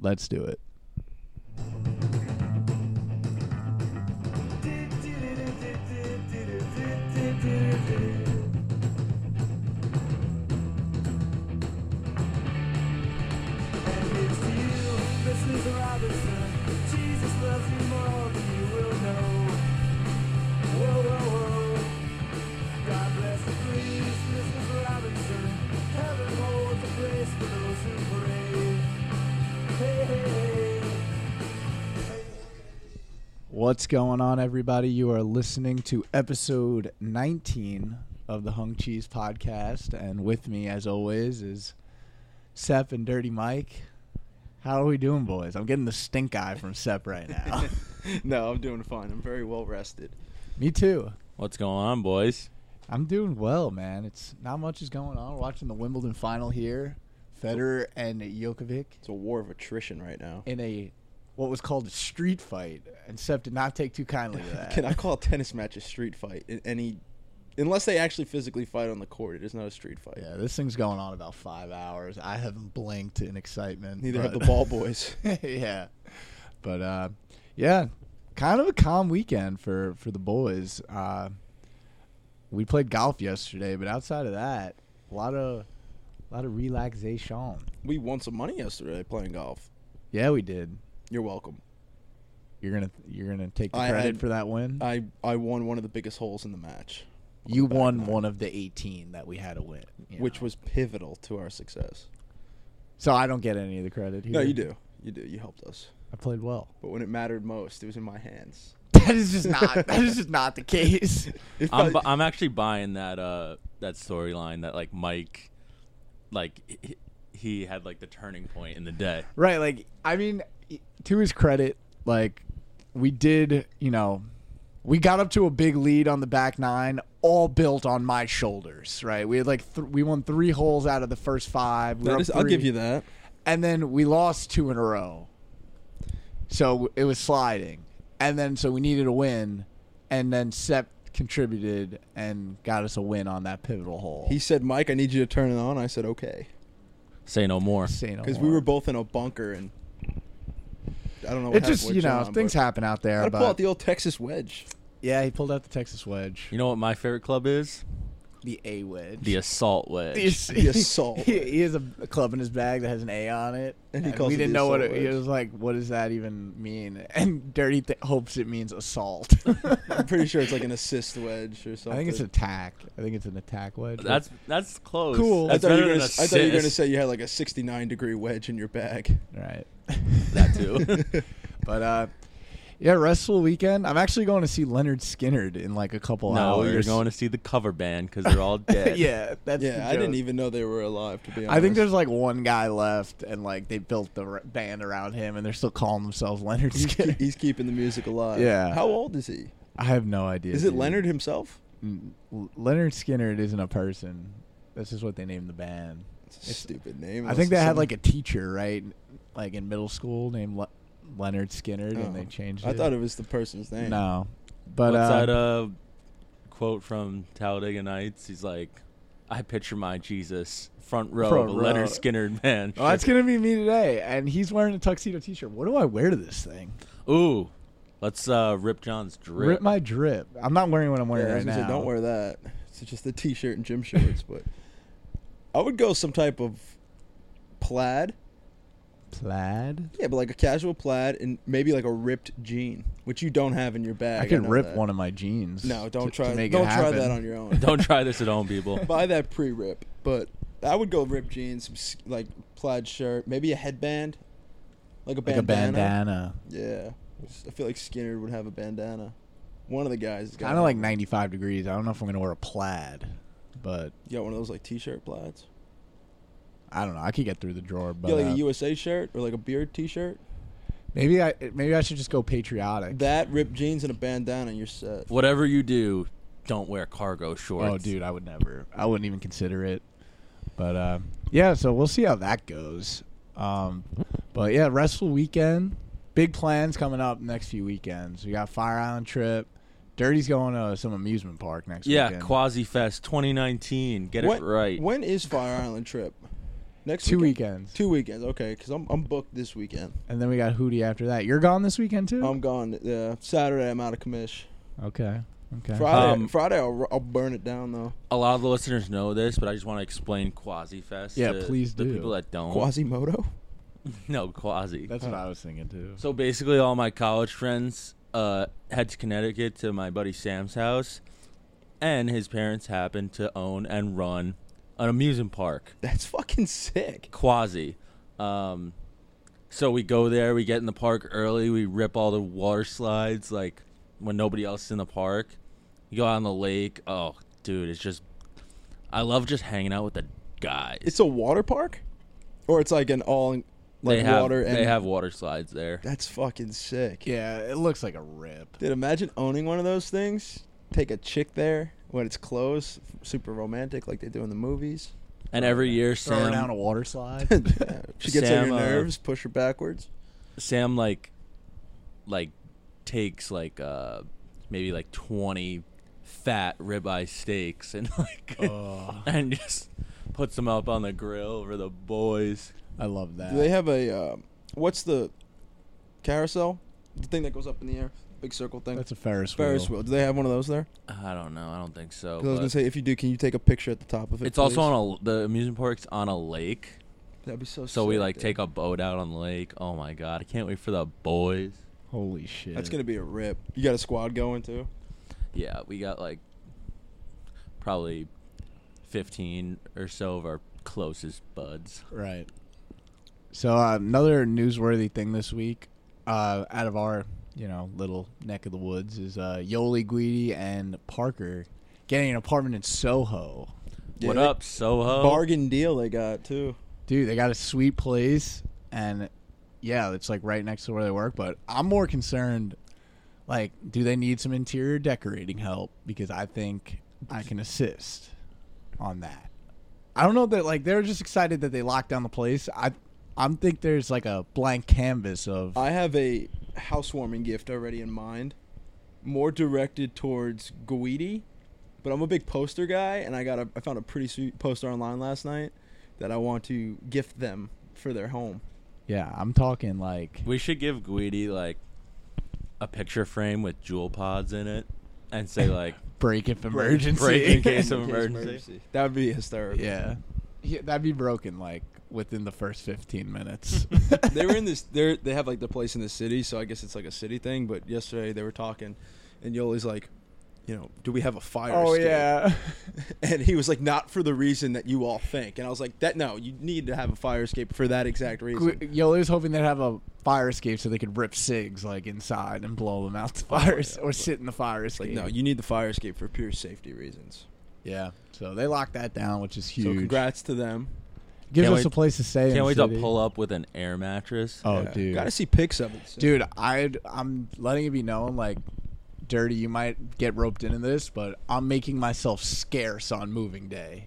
Let's do it. What's going on, everybody? You are listening to episode 19 of the Hung Cheese Podcast, and with me, as always, is Sep and Dirty Mike. How are we doing, boys? I'm getting the stink eye from Sep right now. no, I'm doing fine. I'm very well rested. me too. What's going on, boys? I'm doing well, man. It's not much is going on. We're watching the Wimbledon final here. Federer and Djokovic It's a war of attrition right now. in a what was called a street fight, and Sep did not take too kindly to that. Can I call a tennis match a street fight? In any, unless they actually physically fight on the court, it is not a street fight. Yeah, this thing's going on about five hours. I haven't blinked in excitement. Neither have but- the ball boys. yeah, but uh, yeah, kind of a calm weekend for for the boys. Uh, we played golf yesterday, but outside of that, a lot of a lot of relaxation. We won some money yesterday playing golf. Yeah, we did. You're welcome. You're gonna you're gonna take the I- credit I- for that win. I I won one of the biggest holes in the match, you back won nine. one of the 18 that we had to win, you which know. was pivotal to our success. so I don't get any of the credit here. No, you do. You do. You helped us. I played well. But when it mattered most, it was in my hands. That is just not that is just not the case. It I'm, probably- bu- I'm actually buying that uh that storyline that like Mike, like he, he had like the turning point in the day. Right. Like, I mean, to his credit, like, we did, you know, we got up to a big lead on the back nine, all built on my shoulders, right? We had like, th- we won three holes out of the first five. We That were up is- I'll three, give you that. And then we lost two in a row. So it was sliding. And then, so we needed a win. And then Sep contributed and got us a win on that pivotal hole. He said, "Mike, I need you to turn it on." I said, "Okay." Say no more. Say no because we more. were both in a bunker and I don't know. What It just, you know, things happen out there. Gotta but pull out the old Texas wedge. Yeah, he pulled out the Texas wedge. You know what my favorite club is? The A wedge. The assault wedge. the assault He, he has a club in his bag that has an A on it, And he calls we it didn't the know what it assault he wedge. was like. What does that even mean? And Dirty th- hopes it means assault. I'm pretty sure it's like an assist wedge or something. I think it's attack. I think it's an attack wedge. that's that's close. Cool. I That's thought, you better were than gonna, s- I thought you were gonna assist. say you had like a 69 degree wedge in your bag. right. that too. But uh, yeah, restful weekend. I'm actually going to see Leonard Skinnerd in like a couple no, hours. you're going to see the cover band because they're all dead. yeah, that's the yeah, I didn't joke. even know they were alive. To be honest, I think there's like one guy left, and like they built the r- band around him, and they're still calling themselves Leonard he's, Skinner. ke- he's keeping the music alive. Yeah. How old is he? I have no idea. Is it dude. Leonard himself? N- L- Leonard Skinner isn't a person. That's just what they named the band. It's a stupid name. I think they had like a teacher, right? Like in middle school named Le- Leonard Skinner, and they changed it. Oh. I thought it was the person's name. No. But What's uh, that uh, um, quote from Talladega Nights? He's like, "I picture my Jesus front row Front of a row. Leonard Skinner man." Oh, well, oh, that's gonna be me today, and he's wearing a tuxedo T-shirt. What do I wear to this thing? Ooh, let's uh, rip John's drip. Rip, my drip. I'm not wearing what I'm wearing Yeah, I was right gonna now. Say, don't wear that. It's just the t-shirt and gym shorts. but I would go some type of plaid. plaid. Yeah, but like a casual plaid and maybe like a ripped jean, which you don't have in your bag. I could know rip that. one of my jeans. No, don't to- to try. make it don't try happen. that on your own. Don't try this at home, people. buy that pre-rip. But I would go ripped jeans, some s- like plaid shirt, maybe a headband, like a Like a bandana. bandana. Yeah, I feel like Skinner would have a bandana. One of the guys has got Kind of one. like 95 degrees. I don't know if I'm gonna wear a plaid, but You got one of those like t-shirt plaids. I don't know. I could get through the drawer, but You got like uh, a USA shirt or like a beard t-shirt. maybe I maybe I should just go patriotic. That ripped jeans and a bandana, you're set. Whatever you do, don't wear cargo shorts. oh, dude, I would never. I wouldn't even consider it. But uh, yeah, so we'll see how that goes. Um, but yeah, restful weekend. Big plans coming up next few weekends. We got Fire Island trip. Dirty's going to some amusement park next Yeah, weekend. Quasi Fest 2019. Get when, it right. When is Fire Island trip? Next Two weekend. weekends. Two weekends. Okay, because I'm I'm booked this weekend. And then we got Hootie after that. You're gone this weekend too? I'm gone. Uh, Saturday I'm out of commish. okay. Okay. Friday, Um, Friday I'll, I'll burn it down though. A lot of the listeners know this, but I just want to explain Quasifest. Yeah, to please the do. people that don't. Quasimodo. no, Quasi. That's what I was thinking too. So basically, all my college friends uh, head to Connecticut to my buddy Sam's house, and his parents happen to own and run an amusement park, That's fucking sick. Quasi. Um, so we go there, we get in the park early, we rip all the water slides like when nobody else is in the park. You go out on the lake. Oh, dude, it's just I love just hanging out with the guys. It's a water park, or it's like an all like they have water and they have water slides there. That's fucking sick. yeah, it looks like a rip. Dude, imagine owning one of those things. Take a chick there when it's closed. Super romantic, like they do in the movies. And every year, Throwing Sam down a water slide. she gets on Sam, your uh, nerves, push her backwards. Sam like like takes like uh maybe like 20 fat ribeye steaks and like Oh, Ugh. and just puts them up on the grill for the boys. I love that. Do they have a uh, what's the carousel? The thing that goes up in the air, big circle thing. That's a Ferris wheel. Ferris wheel. Do they have one of those there? I don't know. I don't think so. 'Cause I was but gonna say, if you do, can you take a picture at the top of it? it's also please? on a the amusement park's on a lake. That'd be so. So we like take up. a boat out on the lake. Oh my god, I can't wait for the boys. Holy shit. That's gonna be a rip. You got a squad going too. Yeah, we got like probably 15 or so of our closest buds. Right. So uh, another newsworthy thing this week, uh, out of our you know little neck of the woods, is uh, Yoli Guidi and Parker getting an apartment in Soho. Yeah, what they- up, Soho? Bargain deal they got too. Dude, they got a sweet place, and yeah, it's like right next to where they work. But I'm more concerned, like, do they need some interior decorating help? Because I think I can assist on that. I don't know that like they're just excited that they locked down the place. I, I think there's like a blank canvas of I have a housewarming gift already in mind, more directed towards Guidi, but I'm a big poster guy, and I got a I found a pretty sweet poster online last night that I want to gift them for their home. yeah. I'm talking like We should give Guidi like a picture frame with jewel pods in it and say like break if emergency. break in case In of case emergency. That would be hysterical. yeah. yeah, that'd be broken like within the first 15 minutes. they were in this. They they have like the place in the city, so I guess it's like a city thing. But yesterday they were talking, and Yoli's like, you know, do we have a fire? oh escape?" yeah. And he was like, not for the reason that you all think. And I was like, that no, you need to have a fire escape for that exact reason. Qu- Yo, I was hoping they'd have a fire escape so they could rip cigs like inside and blow them out the fire es- or sit in the fire It's Oh, like, escape. no, you need the fire escape for pure safety reasons. yeah. So they locked that down, which is huge. So congrats to them. Gives Can't us wait- a place to stay. in Can't the wait to city. pull up with an air mattress. Oh, Yeah. dude. Gotta see pics of it. soon. Dude, I I'm letting it be known, like, dirty. You might get roped into this, but I'm making myself scarce on moving day.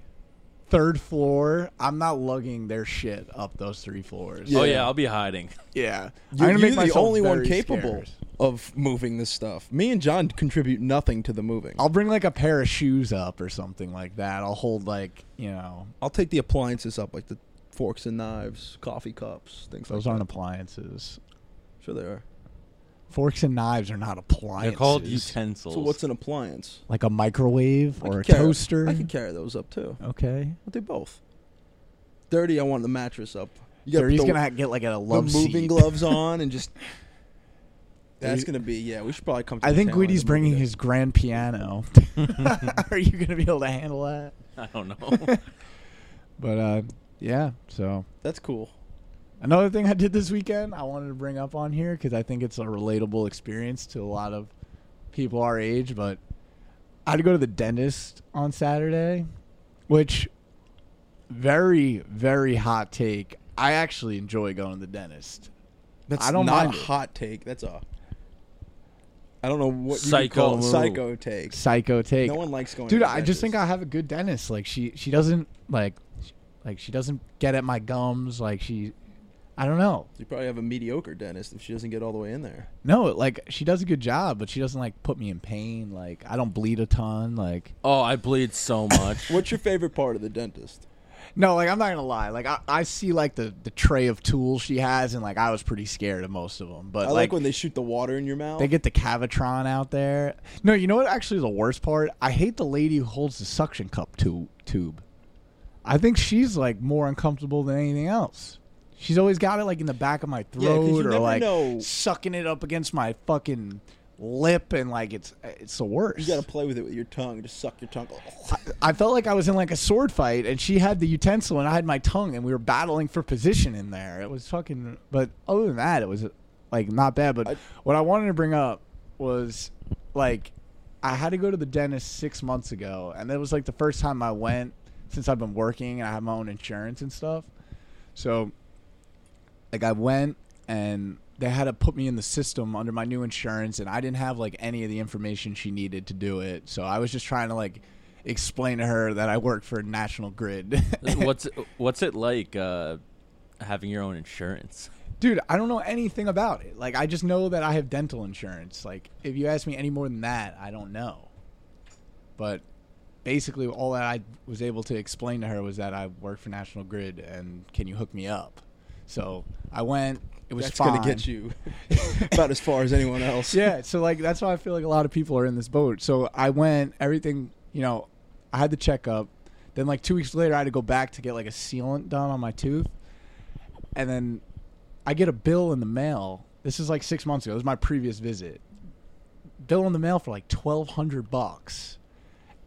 Third floor, I'm not lugging their shit up those three floors. Oh Yeah. yeah, I'll be hiding. yeah. You're, I'm gonna you're make the myself only one very capable scarce. of moving this stuff. Me and John contribute nothing to the moving. I'll, I'll bring like a pair of shoes up or something like that. I'll hold like you know I'll take the appliances up, like the forks and knives, coffee cups, things those like aren't appliances. that. Sure, they are. Forks and knives are not appliances. They're called utensils. So, what's an appliance? like a microwave I or a could carry- toaster. I can carry those up too. okay. I'll do both. Dirty, I want the mattress up. You gotta Dirty's put the- gonna ha- get like a the love moving seat. gloves on and just. That's You- gonna be yeah. We should probably come. To I the think tail end of Guidi's the bringing movie. his grand piano. Are you going to be able to handle that? I don't know. But uh, yeah, so That's cool. another thing I did this weekend I wanted to bring up on here because I think it's a relatable experience to a lot of people our age. But I had to go to the dentist on Saturday, which very very hot take. I actually enjoy going to the dentist. That's I don't not mind a it. hot take. That's a. I don't know what you could Psycho call it. move. psycho take. Psycho take. No one likes going. dude to the i just think i dentist. have a good dentist like she she doesn't like sh- like she doesn't get at my gums like she i don't know you probably have a mediocre dentist if she doesn't get all the way in there. no like she does a good job but she doesn't like put me in pain like i don't bleed a ton like oh, I bleed so much. What's your favorite part of the dentist? No, like I'm not gonna lie. Like I, I see like the the tray of tools she has, and like I was pretty scared of most of them. But I like when they shoot the water in your mouth. They get the Cavatron out there. No, you know what? Actually, the worst part. I hate the lady who holds the suction cup tu- tube. I think she's like more uncomfortable than anything else. She's always got it like in the back of my Yeah, 'cause throat, you or never like know. sucking it up against my fucking lip, and like it's it's the worst. you got to play with it with your tongue. Just suck your tongue. I felt like I was in like a sword fight, and she had the utensil, and I had my tongue, and we were battling for position in there. It was fucking. But other than that, it was like not bad. But I- what I wanted to bring up was like I had to go to the dentist six months ago, and that was like the first time I went since I've been working, and I have my own insurance and stuff. So like I went and they had to put me in the system under my new insurance and I didn't have like any of the information she needed to do it. So I was just trying to like explain to her that I worked for National Grid. what's what's it like uh, having your own insurance? Dude, I don't know anything about it. Like I just know that I have dental insurance. Like if you ask me any more than that, I don't know. But basically all that I was able to explain to her was that I work for National Grid and can you hook me up? So I went it was That's fine. gonna get you about as far as anyone else. yeah so like that's why i feel like a lot of people are in this boat so i went everything you know i had the checkup then like two weeks later i had to go back to get like a sealant done on my tooth and then i get a bill in the mail this is like six months ago this is my previous visit bill in the mail for like 1200 bucks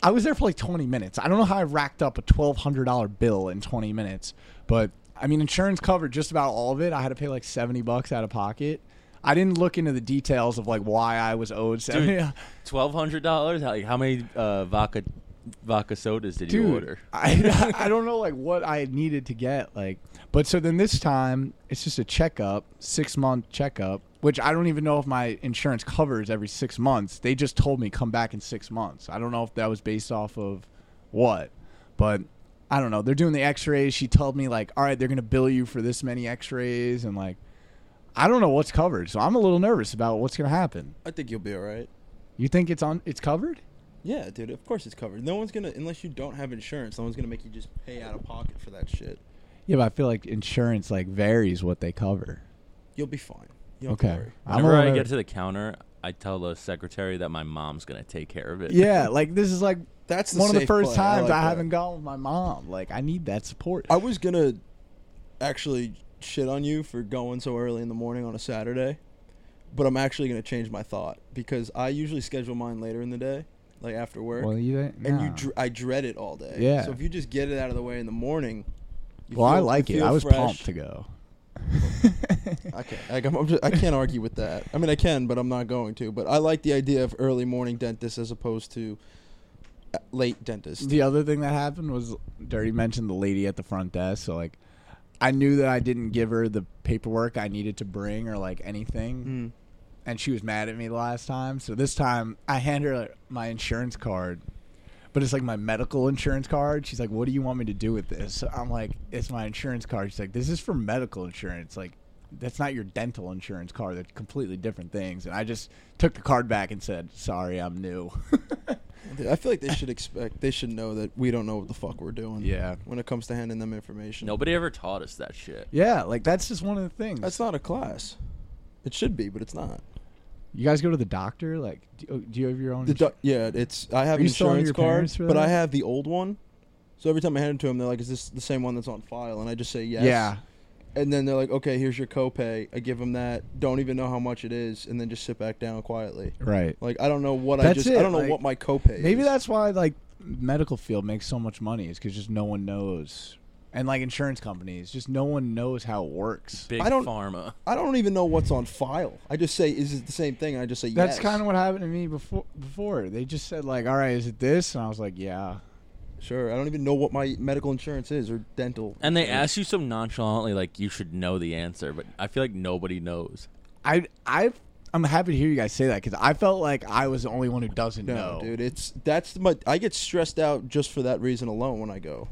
i was there for like 20 minutes i don't know how i racked up a $1200 bill in 20 minutes but i mean insurance covered just about all of it i had to pay like 70 bucks out of pocket i didn't look into the details of like why i was owed 70 Dude, twelve hundred dollars. Like how many uh, vodka vodka sodas did you order? I I don't know like what I needed to get like, but so then this time it's just a checkup, six month checkup, which I don't even know if my insurance covers every six months. They just told me come back in six months. I don't know if that was based off of what, but I don't know. They're doing the X-rays. She told me like, all right, they're gonna bill you for this many X-rays and like. I don't know what's covered, so I'm a little nervous about what's going to happen. I think you'll be all right. You think it's on? It's covered? Yeah, dude. Of course it's covered. No one's gonna unless you don't have insurance. No one's gonna make you just pay out of pocket for that shit. Yeah, but I feel like insurance like varies what they cover. You'll be fine. You don't have to Okay. worry. I'm Whenever I aware. get to the counter, I tell the secretary that my mom's gonna take care of it. yeah, like this is like That's the one of the safe first play. times I, like that. haven't gone with my mom. Like I need that support. I was gonna actually shit on you for going so early in the morning on a Saturday, but I'm actually gonna change my thought because I usually schedule mine later in the day, like after work, well, you didn't. and you nah. dr- I dread it all day. Yeah. So if you just get it out of the way in the morning, you well, I feel- you like it. feel I was fresh. pumped to go. Okay, like I'm, I'm just, I can't argue with that. I mean, I can, but I'm not going to. But I like the idea of early morning dentist as opposed to uh, late dentist. The other thing that happened was Dirty mentioned the lady at the front desk. So like, I knew that I didn't give her the paperwork I needed to bring or like anything. Mm. and she was mad at me the last time. So this time I hand her like, my insurance card, but it's like my medical insurance card. She's like, "What do you want me to do with this?" So I'm like, "It's my insurance card." She's like, "This is for medical insurance. Like, that's not your dental insurance card. They're completely different things." And I just took the card back and said, "Sorry, I'm new." I feel like they should expect, they should know that we don't know what the fuck we're doing. yeah. When it comes to handing them information, Nobody ever taught us that shit. Yeah, like that's just one of the things. That's not a class. It should be, but it's not. you guys go to the doctor. Like, do, oh, do you have your own? The insu- doc- yeah, it's. I Are have an you still under insurance your card, parents for but I that? have the old one. So every time I hand it to them, they're like, "Is this the same one that's on file?" And I just say yes. Yeah. And then they're like, "Okay, here's your copay." I give them that. Don't even know how much it is, and then just sit back down quietly. Right. Like I don't know what I That's just. it, I don't know like, what my copay. Maybe is. that's why like medical field makes so much money is because just no one knows, and like insurance companies, just no one knows how it works. Big I don't- pharma. I don't even know what's on file. I just say, "Is it the same thing?" And I just say That's yes. kind of what happened to me before. Before they just said like, "All right, is it this?" And I was like, "Yeah." sure. I don't even know what my medical insurance is or dental. And they insurance. ask you so nonchalantly, like you should know the answer, but I feel like nobody knows. I I I'm happy to hear you guys say that because I felt like I was the only one who doesn't No, know. dude, it's that's my. I get stressed out just for that reason alone when I go.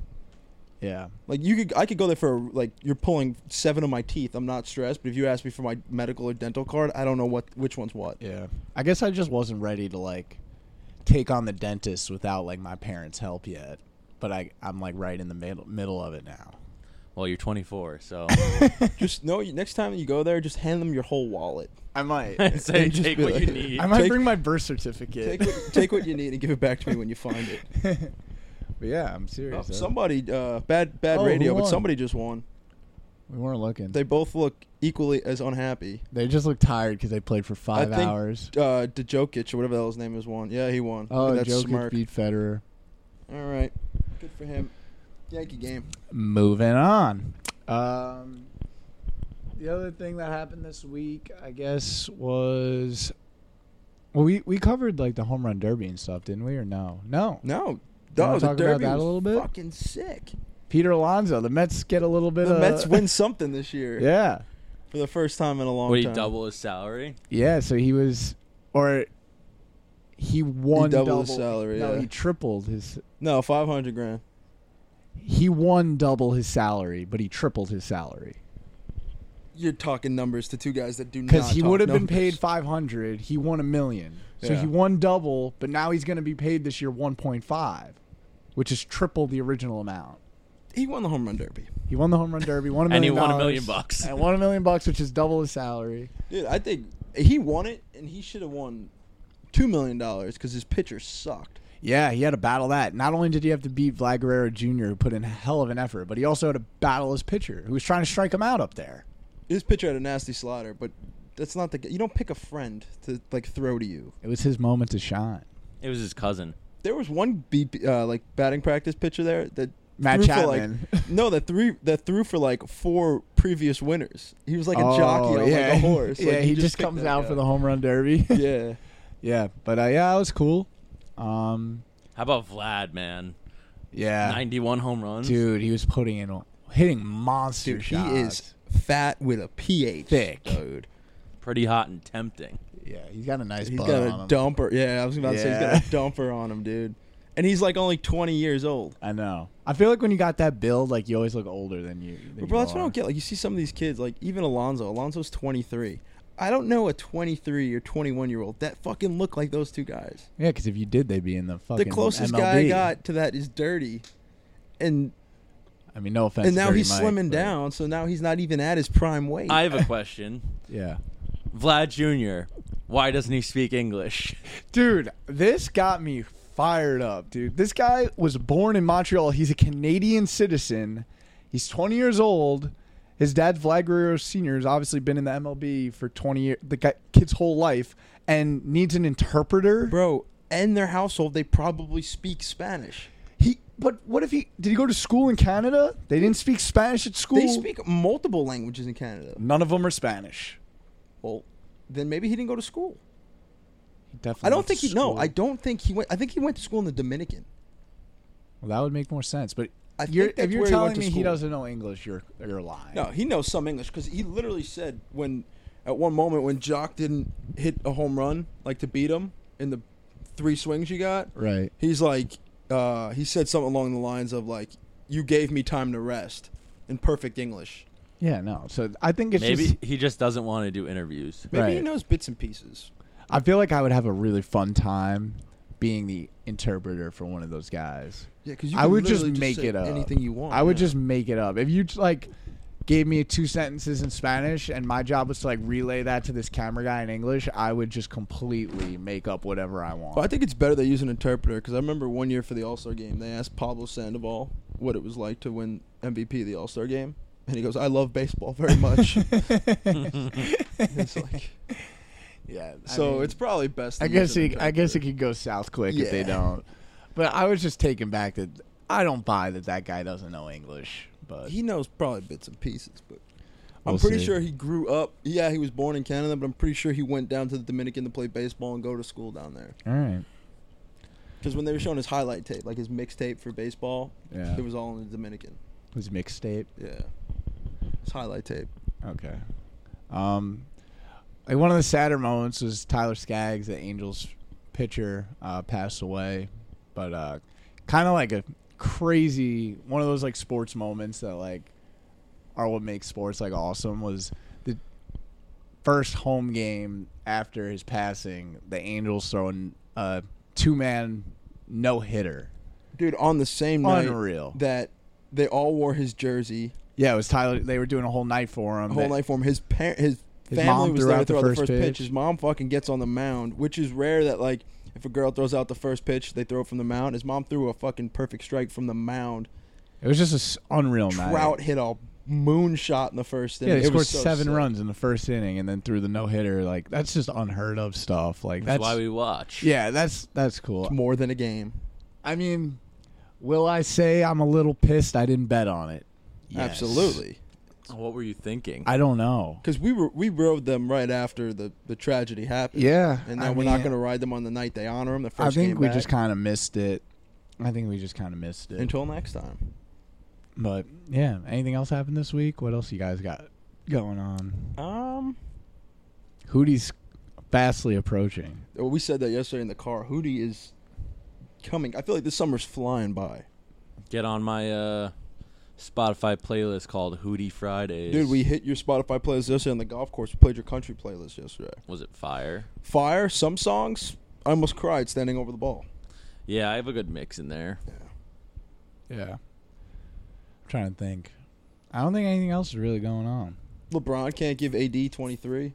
Yeah. Like you could, I could go there for like you're pulling seven of my teeth. I'm not stressed, but if you ask me for my medical or dental card, I don't know what which one's what. Yeah. I guess I just wasn't ready to like take on the dentist without like my parents' help yet. but I I'm like right in the middle middle of it now. Well, you're 24, so Just no. you- Next time you go there, just hand them your whole wallet. I might. say And just take be what like- you need. I might Take- bring my birth Take certificate. what, take what you need and give it back to me when you find it. but yeah, I'm serious. Oh, though. somebody, uh, bad bad Oh, who radio, but won? somebody just won. we weren't looking. They They, both look equally as unhappy. just look tired because they played for five I think- hours. Uh, Djokic or whatever the hell his name is won. Yeah, he won. Oh, Look at that Jokic smirk. beat Federer. All right, good for him. Yankee game. Moving on. Um, the other thing that happened this week, I guess, was well, we we covered like the home run derby and stuff, didn't we? Or no? No. No, wanna no, the talk about derby that a was little bit? Fucking sick. Peter Alonso. The Mets get a little bit. The of, Mets win something this year Yeah. for the first time in a long Would he time. double his salary? Yeah. So he was, or he won double doubled his salary, No, yeah. he tripled his. No, five hundred grand. He won double his salary, but he tripled his salary You're talking numbers to two guys that do not. because he talk would have been numbers. paid five hundred. He won a million, so Yeah. he won double. But now he's going to be paid this year one point five, which is triple the original amount. He won the home run derby. He won the home run derby, won a And million, he won a dollars, million bucks. and won a million bucks, which is double his salary. Dude, I think he won it, and he should have won two million dollars because his pitcher sucked. Yeah, he had to battle that. Not only did he have to beat Vlad Guerrero Jr., who put in a hell of an effort, but he also had to battle his pitcher, who was trying to strike him out up there. His pitcher had a nasty slider, but that's not the. g- You don't pick a friend to like throw to you. It was his moment to shine. It was his cousin. There was one BP, uh, like batting practice pitcher there that Matt threw for, Chapman. like, no, that threw that threw for like four previous winners. He was like a jockey on like a horse. Oh, yeah, Like, he, just, picked comes that out guy. for the home run derby. Yeah, yeah, but uh, yeah, it was cool. Um, How about Vlad, man? yeah, 91 home runs. dude, he was putting in hitting monster dude, shots. he is fat with a ph. Thick. dude. Pretty hot and tempting. Yeah, he's got a nice. He's butt got a on him. dumper. Yeah, I was about to say Yeah. he's got a dumper on him, dude. And he's like only 20 years old. I know. I feel like when you got that build, like you always look older than you. than But bro, you that's what I are. don't get. Like you see some of these kids, like even Alonzo. Alonzo's 23. I don't know a 23 or 21 year old that fucking look like those two guys. Yeah, because if you did, they'd be in the fucking. the closest MLB. guy I got to that is Dirty, and I mean, no offense. and to now Dirty he's Mike, slimming but- down. So now he's not even at his prime weight. I have a question. Yeah. Vlad Jr., why doesn't he speak English? Dude, this got me fired up, dude. This guy was born in Montreal. He's a Canadian citizen. He's 20 years old. His dad, Vlad Guerrero Sr., has obviously been in the MLB for 20 years, the guy, kid's whole life, and needs an interpreter. bro. And their household, they probably speak Spanish. He, but what if he did he go to school in Canada? They didn't speak Spanish at school. They speak multiple languages in Canada. None of them are Spanish. Well, then maybe he didn't go to school. He definitely I don't went to think he. No, school. I don't think he went. I think he went to school in the Dominican. Well, that would make more sense. But I you're, think that's if you're where he telling went to me he school. doesn't know English, you're you're lying. No, he knows some English because he literally said when, at one moment when Jock didn't hit a home run like to beat him in the three swings you got, Right. he's like, uh, he said something along the lines of like, "You gave me time to rest," in perfect English. Yeah, no. So I think it's Maybe just he just doesn't want to do interviews. Maybe he Right. knows bits and pieces. I feel like I would have a really fun time being the interpreter for one of those guys. Yeah, because I would just make it up. Anything you want. I would yeah. just make it up. If you like gave me two sentences in Spanish and my job was to like relay that to this camera guy in English, I would just completely make up whatever I want. Well, Oh, I think it's better they use an interpreter because I remember one year for the All Star game, they asked Pablo Sandoval what it was like to win MVP of the All Star game. And he goes, I love baseball very much. it's like, yeah. I so mean, it's probably best. I to use guess an it, I guess it interpreter. could go south quick if they Yeah. don't. But I was just taken back that I don't buy that that guy doesn't know English. But He knows probably bits and pieces, but We'll I'm pretty see. sure he grew up. Yeah, he was born in Canada, but I'm pretty sure he went down to the Dominican to play baseball and go to school down there. all right, Because when they were showing his highlight tape, like his mixtape for baseball, Yeah. it was all in the Dominican. his mixtape. Yeah, his highlight tape. Okay. Um, like one of the sadder moments was Tyler Skaggs, the Angels pitcher, uh, passed away. But uh, kind of like a crazy one of those like sports moments that like are what makes sports like awesome was the first home game after uh, his passing. The Angels throwing a two man no hitter dude, on the same night Unreal. that they all wore his jersey, Yeah, it was Tyler. They were doing a whole night for him. the whole They- night for him. His parent, his, His family mom was threw there to out the throw out the first first pitch. pitch. His mom fucking gets on the mound, which is rare. That like, if a girl throws out the first pitch, they throw it from the mound. His mom threw a fucking perfect strike from the mound. It was just an unreal night. Trout hit a moonshot in the first Yeah, inning. they It scored was so seven sick. runs in the first inning and then threw the no hitter. Like that's just unheard of stuff. Like that's, That's why we watch. yeah, that's that's cool. It's more than a game. I mean, will I say I'm a little pissed I didn't bet on it? Yes. Absolutely. What were you thinking? I don't know. Because we were we rode them right after the, the tragedy happened. Yeah, and now I we're not mean- going to ride them on the night they honor them. The first I think game we back. just kind of missed it. I think we just kind of missed it. until next time. But yeah, anything else happened this week? What else you guys got going on? Um, Hootie's fastly approaching. we said that yesterday in the car. Hootie is coming. I feel like this summer's flying by, Get on my uh, Spotify playlist called Hootie Fridays. dude. We hit your Spotify playlist yesterday on the golf course. We played your country playlist yesterday. was it fire? Fire. Some songs. I almost cried standing over the ball. Yeah, I have a good mix in there. Yeah. I'm trying to think. I don't think anything else is really going on. LeBron can't give AD twenty three.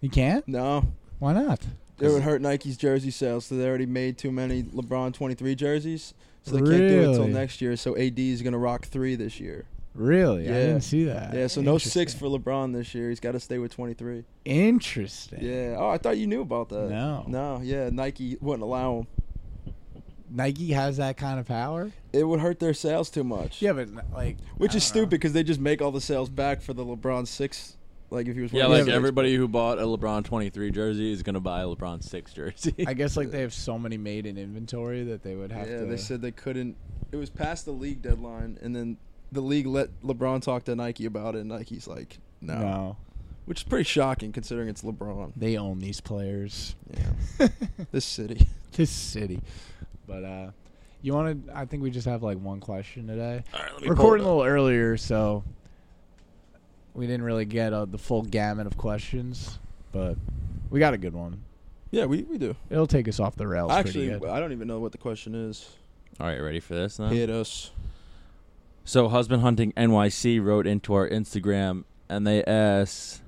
You can't? No, Why not? It would hurt Nike's jersey sales. So they already made too many LeBron 23 jerseys. So they can't do it until Really? next year. So AD is going to rock three this year. Really? I Yeah. didn't see that. Yeah, so no six Ah, Interesting. for LeBron this year. He's got to stay with 23. Interesting. Yeah. Oh, I thought you knew about that. No. No, yeah. Nike wouldn't allow him. Nike has that kind of power? It would hurt their sales too much. Yeah, but like Which I is don't know. stupid because they just make all the sales back for the LeBron six. Like if he was Yeah, wearing like six. everybody who bought a LeBron 23 jersey is going to buy a LeBron 6 jersey. I guess like they have so many made in inventory that they would have Yeah, to they said they couldn't. It was past the league deadline, and then the league let LeBron talk to Nike about it, and Nike's like, no. which is pretty shocking considering it's LeBron. They own these players. Yeah, this city. this city. But uh you wanted I think we just have like one question today. All right, let me recording a pull it little earlier, so we didn't really get uh, the full gamut of questions, but we got a good one. Yeah, we, we do. It'll take us off the rails. Actually, pretty good. I don't even know what the question is. up. All right, ready for this now? Hit us. So, Husband Hunting NYC wrote into our Instagram and they asked,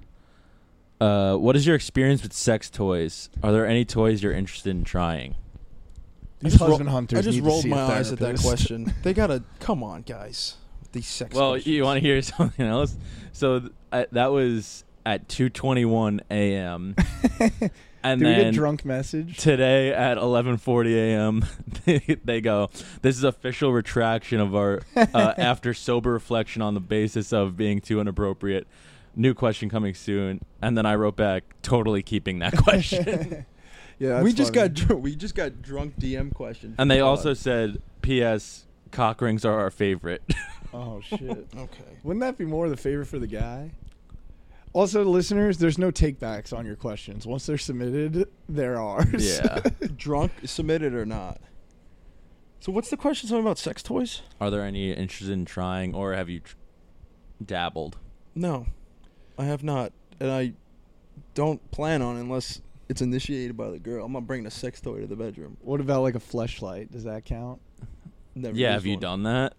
uh, What is your experience with sex toys? Are there any toys you're interested in trying? these I just ro- husband hunters. I just need to rolled see a my eyes at that therapist. question. they gotta come on, guys. with These sex. well, questions. you want to hear something else? So, th- I, that was at 2:21 a.m. and Do we then get drunk message? today at 11:40 a.m. they- they go. This is official retraction of our uh, after sober reflection on the basis of being too inappropriate. New question coming soon. And then I wrote back, totally keeping that question. Yeah, we just got dr- we just got drunk DM question. and they also said, "P.S. Cock rings are our favorite." Oh shit! Okay. Wouldn't that be more the favor for the guy? Also, listeners, there's no takebacks on your questions. Once they're submitted, they're ours. yeah. Drunk submitted or not? So what's the question? Something about sex toys? Are there any interested in trying, or have you tr- dabbled? No, I have not, and I don't plan on unless it's initiated by the girl. I'm not bringing a sex toy to the bedroom. what about like a fleshlight? Does that count? Never yeah. used Have you one. done that?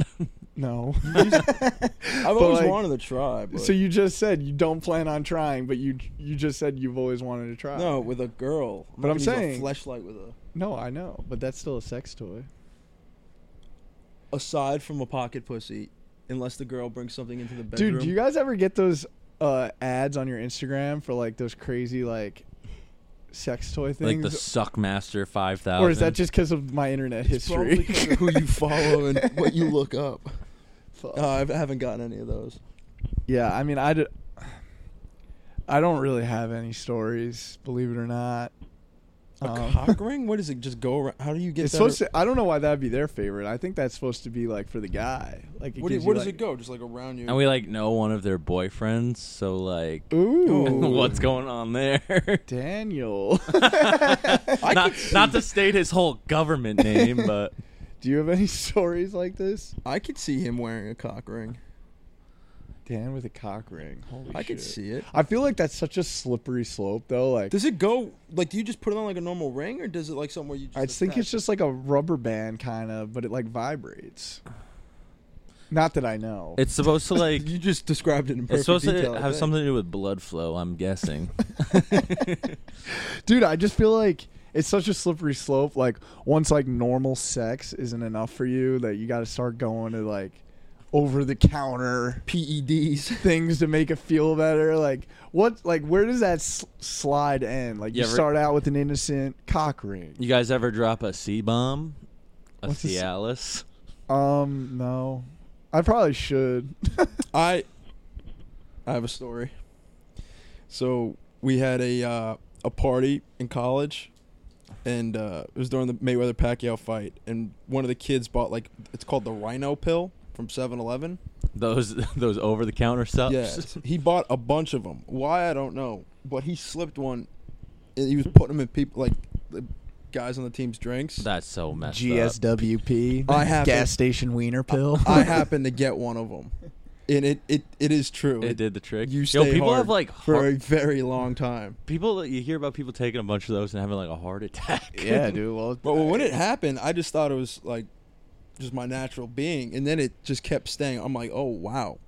No. I've But, always like, wanted to try. But So you just said you don't plan on trying, but you you just said you've always wanted to try. no with a girl. But I'm not gonna saying- use a fleshlight with a. no, I know, but that's still a sex toy. Aside from a pocket pussy, unless the girl brings something into the bedroom. Dude, do you guys ever get those uh, ads on your Instagram for like those crazy like sex toy like things? the uh, Suckmaster 5000? or is that just because of my internet It's probably history? 'cause of who you follow and what you look up. Fuck. Uh, I haven't gotten any of those. yeah, I mean, I, d- I don't really have any stories, believe it or not. A Um, cock ring? What does it just go around? How do you get It's that? supposed to, I don't know why that'd be their favorite. I think that's supposed to be like for the guy. Like, it what do- gives you, what does like- it go? Just like around you? And we like know one of their boyfriends, so like, Ooh, what's going on there? Daniel? not, not to state his whole government name, but Do you have any stories like this? I could see him wearing a cock ring. Dan with a cock ring. Holy I could shit. see it. I feel like that's such a slippery slope, though. Like, Does it go like? Do you just put it on like a normal ring, or does it like somewhere you? just I think it's attach just like a rubber band kind of, but it like vibrates. Not that I know. It's supposed to like. it? you just described it in perfect It's supposed detail. to I have think. something to do with blood flow. I'm guessing. Dude, I just feel like it's such a slippery slope. Like once like normal sex isn't enough for you, that you got to start going to like over the counter E PEDs. things to make it feel better. Like what? Like where does that s- slide end? Like you, You ever- start out with an innocent cock ring. you guys ever drop a C bomb? A What's a C- Cialis? Um, no, I probably should. I I have a story. So we had a uh, a party in college, and uh, it was during the Mayweather Pacquiao fight, and one of the kids bought like it's called the Rhino pill from 7-Eleven. Those those over the counter subs. Yes, he bought a bunch of them. Why I don't know, but he slipped one. And he was putting them in people like the guys on the team's drinks. That's so messed up. GSWP. I have gas it. station wiener pill. I happened to get one of them, and it it, it is true. It did the trick. You Yo, stay people hard have like for a heart, very long time. people. You hear about people taking a bunch of those and having like a heart attack. yeah, dude. Well, But when it happened, I just thought it was like just my natural being, and then it just kept staying. I'm like, oh wow.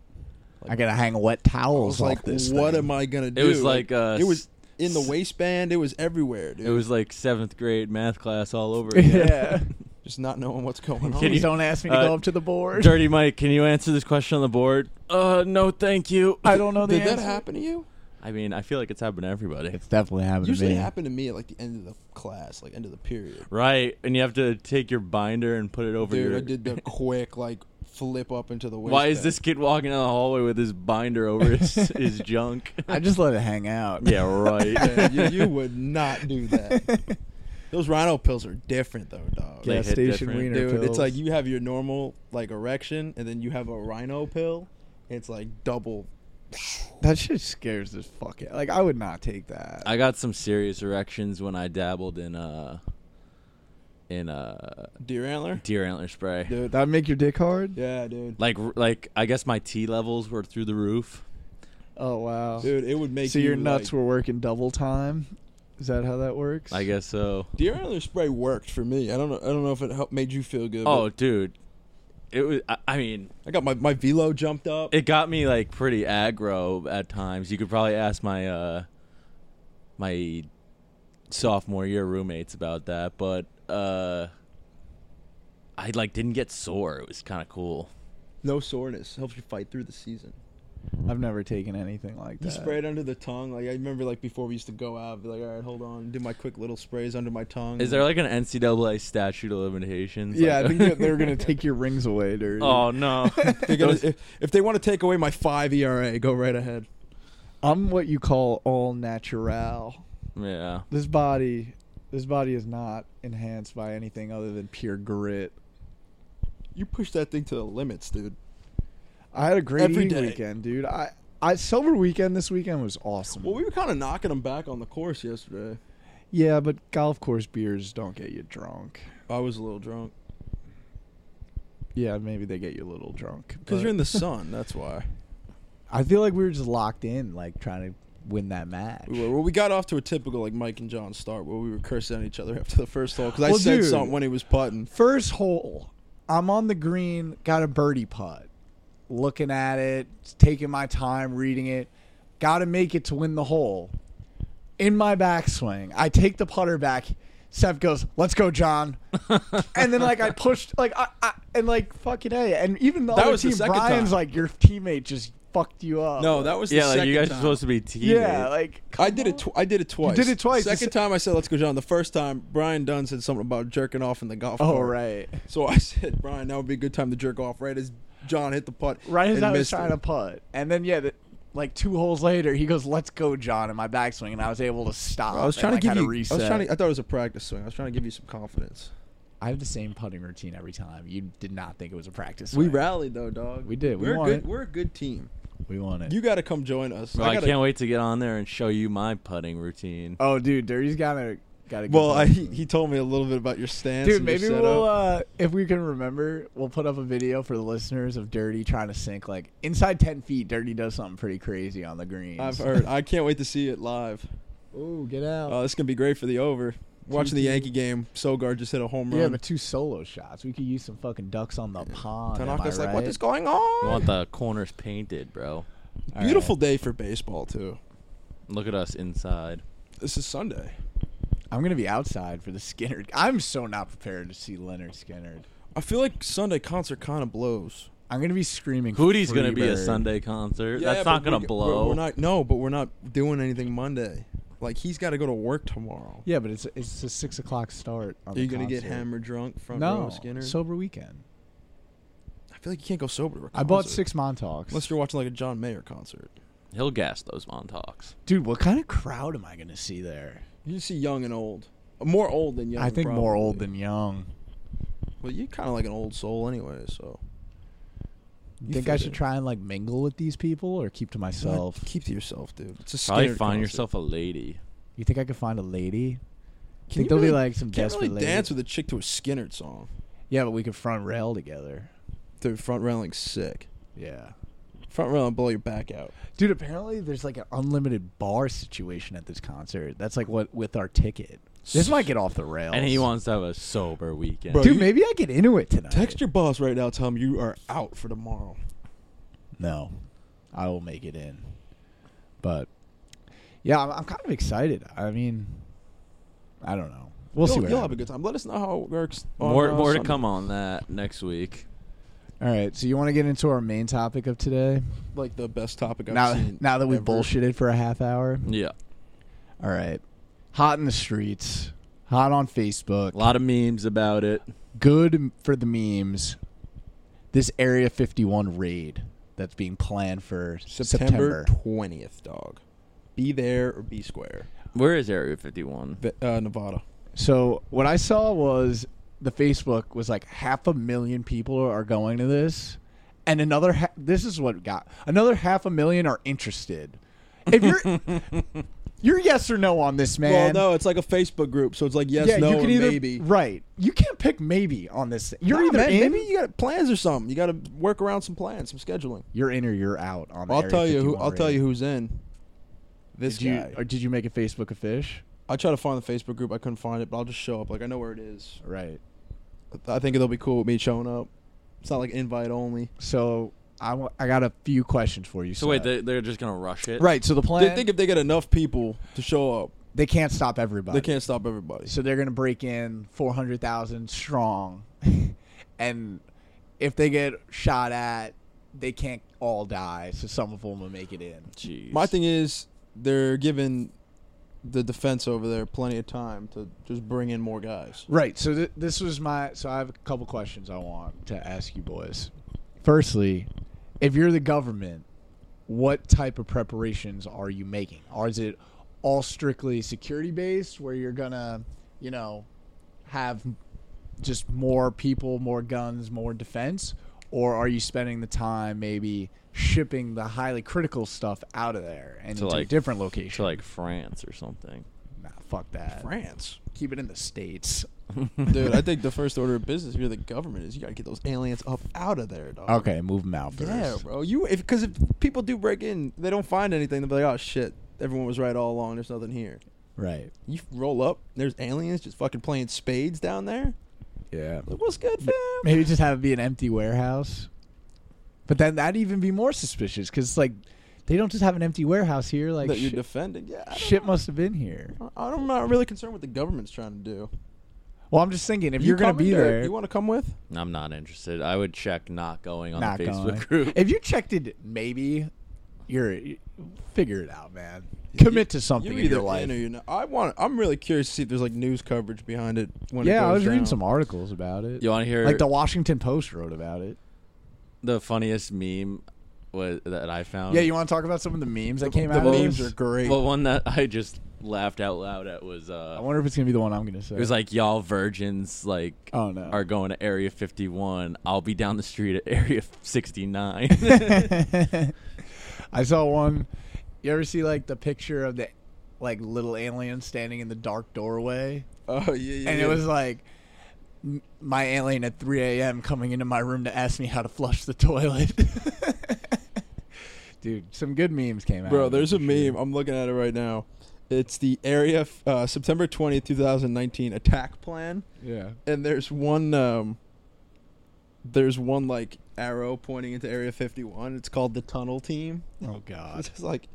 I gotta hang wet I towels was off like, this. what thing. am I gonna do? was like, uh, it was s- in the s- waistband. It was everywhere, dude. It was like seventh grade math class all over again. Yeah. just not knowing what's going on. Can you- don't ask me uh, to the board. Dirty Mike, can you answer this question on the board? Uh, no, thank you. I don't know the Did that answer. happen to you? I mean, I feel like it's happened to everybody, It's definitely happened Usually to it me. happened to me at like the end of the class, like end of the period. right? And you have to take your binder and put it over Dude, your. I did the quick like flip up into the waistband. Why is this kid walking down the hallway with his binder over his, his junk? I just let it hang out. yeah, right. Yeah, you, you would not do that. Those rhino pills are different though, dog. They Gas hit station different. wiener Dude, pills. it's like you have your normal like erection, and then you have a rhino pill. and It's like double. that shit scares this fuck out. Like I would not take that. I got some serious erections when I dabbled in uh in uh Deer antler, deer antler spray. dude. that make your dick hard? Yeah, dude. Like like I guess my T levels were through the roof. Oh wow. Dude, it would make so you, your nuts like- were working double time. Is that how that works? I guess so. Deer antler spray worked for me. I don't know. I don't know if it helped made you feel good. Oh, Oh, dude. It was I, I mean, I got my my velo jumped up. it got me like pretty aggro at times. You could probably ask my uh my sophomore year roommates about that, but uh I like didn't get sore. It was kind of cool. no soreness helps you fight through the season. I've never taken anything like You that. spray it under the tongue. Like I remember, like before we used to go out, I'd be like, all right, hold on, do my quick little sprays under my tongue. Is there like an NCAA statute of limitations? Yeah, Like- I think that they're gonna take your rings away, dude. Oh no! They're gonna- if, if they want to take away my five ERA, go right ahead. I'm what you call all natural. yeah, This body, this body is not enhanced by anything other than pure grit. You push that thing to the limits, dude. I had a great Every eating day. weekend, dude. I, I sober weekend this weekend was awesome. Well, we were kind of knocking them back on the course yesterday. yeah, but golf course beers don't get you drunk. I was a little drunk Yeah, maybe they get you a little drunk. because but you're in the sun. That's why. I feel like we were just locked in, like trying to win that match. We were. Well, we got off to a typical like Mike and John start where we were cursing at each other after the first hole because I Well, said dude. something when he was putting. First hole, I'm on the green, got a birdie putt. Looking at it, taking my time, reading it. Got to make it to win the hole. In my backswing, I take the putter back. Seth goes, "Let's go, John," and then like I pushed, like I, I and like fucking a, and even the That other was the team, second Brian's time. like your teammate just fucked you up. No, that was the yeah. Like second you guys time. are supposed to be teammates. yeah, like I did it. Tw- I did it twice. did it twice. The Second se- time I said let's go, John. The first time Brian Dunn said something about jerking off in the golf. oh cart. right, So I said, Brian, that would be a good time to jerk off right as John hit the putt. right as and I was missed trying it. to putt, and then yeah, the, like two holes later, he goes, "Let's go, John," in my backswing, and I was able to stop. I was and, trying like, to give had you. reset. I was trying to. I thought it was a practice swing. I was trying to give you some confidence. I have the same putting routine every time. You did not think it was a practice. We swing. rallied though, dog. We did. We are won good. it. We're a good team. we won it. You got to come join us. Bro, I, gotta- can't wait to get on there and show you my putting routine. oh, dude, Dirty's got a Gotta go Well, for I, it. he he told me a little bit about your stance. Dude, and your maybe setup. we'll uh, if we can remember, we'll put up a video for the listeners of Dirty trying to sink like inside ten feet. Dirty does something pretty crazy on the greens. I've heard. I can't wait to see it live. Ooh, get out! Oh, this is gonna be great for the over. Watching the Yankee game, Sogard just hit a home run. yeah, but two solo shots. We could use some fucking ducks on the pond. am I Tanaka's like, "What right?" is going on?" You want the corners painted, bro. All right. Beautiful day for baseball too. Look at us inside. This is Sunday. I'm gonna be outside for the Skinner. I'm so not prepared to see Leonard Skinner. I feel like Sunday concert kind of blows. I'm gonna be screaming. Hootie's gonna be a Freebird. Sunday concert. Yeah, That's but not gonna we're- we're- blow. We're, not. No, but we're not doing anything Monday. Like he's got to go to work tomorrow. Yeah, but it's it's a six o'clock start. On Are you the gonna get concert. hammered drunk front row No, Skinner? sober weekend. I feel like you can't go sober. To a I bought concert. six Montauk's. Unless you're watching like a John Mayer concert, He'll gas those Montauk's. Dude, what kind of crowd am I gonna see there? you just see young and old. More old than young. I think more probably. old than young. Well, you're kind of like an old soul anyway, so. You think I fit should in. try and like mingle with these people or keep to myself? Keep to yourself, dude. It's a Probably Skinner find concert. yourself a lady. You think I could find a lady? Can think you there'll be, really- like, some can't really desperate lady. dance with a chick to a Skinner song. Yeah, but we could front rail together. Dude, front railing's sick. Yeah. Front railing blow your back out. Dude, apparently there's like an unlimited bar situation at this concert. That's like what with our ticket. This might get off the rails. And he wants to have a sober weekend. Bro, Dude, you- maybe I get into it tonight. Text your boss right now. Tell him you are out for tomorrow. No, I will make it in. But yeah, I'm, I'm kind of excited. I mean, I don't know. We'll you'll, see. What you'll have a happens. good time. Let us know how it works. on, more uh, more to Sunday. come on that next week. All right. So you want to get into our main topic of today? Like the best topic I've now, seen. now that we ever. bullshitted for a half hour. Yeah. All right. Hot in the streets. Hot on Facebook. A lot of memes about it. Good for the memes. This Area 51 raid that's being planned for September. September twentieth, dog. Be there or be square. Where is Area 51? Ve- Uh, Nevada. So what I saw was the Facebook was like half a million people are going to this, and another ha- this is what got another half a million are interested. If you're you're yes or no on this man. Well, no, it's like a Facebook group, so it's like yes, yeah, no, you can or either maybe. right. You can't pick maybe on this. You're Nah, either man, in, maybe you got plans or something. You got to work around some plans, some scheduling. you're in or you're out on. The I'll Area tell you who. 51 I'll tell raid. you who's in. This Did you guy. or did you make a Facebook a fish? I try to find the Facebook group. I couldn't find it, but I'll just show up. Like I know where it is. Right. I think it'll be cool with me showing up. It's not like invite only. So I wa- I got a few questions for you. So wait, Seth. they, they're just gonna rush it. right. So the They plan think if they get enough people to show up, they can't stop everybody. they can't stop everybody. So they're gonna break in four hundred thousand strong, and if they get shot at, they can't all die. So some of them will make it in. Jeez. My thing is, they're giving the defense over there plenty of time to just bring in more guys. Right. So th- this was my. So I have a couple questions I want to ask you boys. Firstly, if you're the government, what type of preparations are you making? Or is it all strictly security based, where you're gonna, you know, have just more people, more guns, more defense, or are you spending the time maybe shipping the highly critical stuff out of there and To, into like- different locations? to like France or something. nah, fuck that. France, Keep it in the states. dude. I think the first order of business if you're the government is you gotta get those aliens up out of there, dog. Okay, move them out first. Yeah, bro. You if because if people do break in, they don't find anything. They'll be like, oh shit, everyone was right all along. There's nothing here. Right. You roll up, there's aliens just fucking playing spades down there. Yeah. Like, what's good, fam? Maybe just have it be an empty warehouse. But then that'd even be more suspicious because it's like they don't just have an empty warehouse here. Like that you're shi- defending. Yeah, I don't shit know. must have been here. I don't- I'm not really concerned what the government's trying to do. Well, I'm just thinking if you're gonna coming, be or there, You want to come with? I'm not interested. I would check not going on not the Facebook going. group. If you checked it, maybe you're you- figure it out, man. Commit to something You're in either your life. in or you're not. I want. I'm really curious to see if there's like news coverage behind it. When it yeah, I goes was reading down. some articles about it. You want to hear like the Washington Post wrote about it. the funniest meme was, that I found? Yeah, you want to talk about some of the memes that came Oh. the out? of memes this? are great. Well, one that I just laughed out loud at was I uh, wonder if it's gonna be the one I'm gonna say. it was like y'all virgins like oh no, are going to Area 51. I'll be down the street at Area 69. I saw one. You ever see like the picture of the like little alien standing in the dark doorway, Oh yeah, yeah. and yeah. it was like m- my alien at 3 a.m. coming into my room to ask me how to flush the toilet. Dude, some good memes came out. of Bro, it there's a for sure. meme. I'm looking at it right now. It's the area f- uh, September 20th, 2019 attack plan, Yeah. and there's one um there's one like arrow pointing into Area 51. It's called the Tunnel Team. Oh It's God. just like